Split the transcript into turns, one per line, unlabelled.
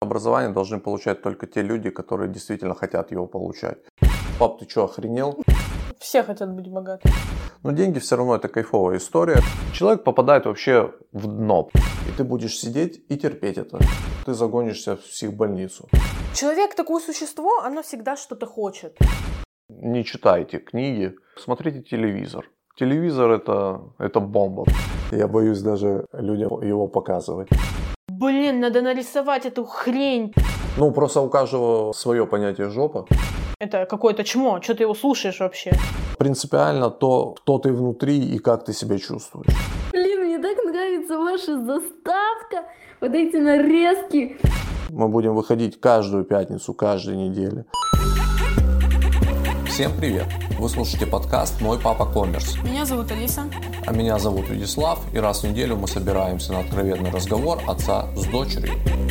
Образование должны получать только те люди, которые действительно хотят его получать. Пап, ты что, охренел?
Все хотят быть богаты.
Но деньги все равно это кайфовая история. Человек попадает вообще в дно. И ты будешь сидеть и терпеть это. Ты загонишься в психбольницу.
Человек такое существо, оно всегда что-то хочет.
Не читайте книги, смотрите телевизор. Телевизор это, это бомба. Я боюсь даже людям его показывать.
Блин, надо нарисовать эту хрень.
Ну, просто у каждого свое понятие жопа.
Это какое-то чмо. Что ты его слушаешь вообще?
Принципиально то, кто ты внутри и как ты себя чувствуешь.
Блин, мне так нравится ваша заставка. Вот эти нарезки.
Мы будем выходить каждую пятницу, каждую неделю. Всем привет! Вы слушаете подкаст «Мой папа коммерс».
Меня зовут Алиса.
А меня зовут Владислав, и раз в неделю мы собираемся на откровенный разговор отца с дочерью.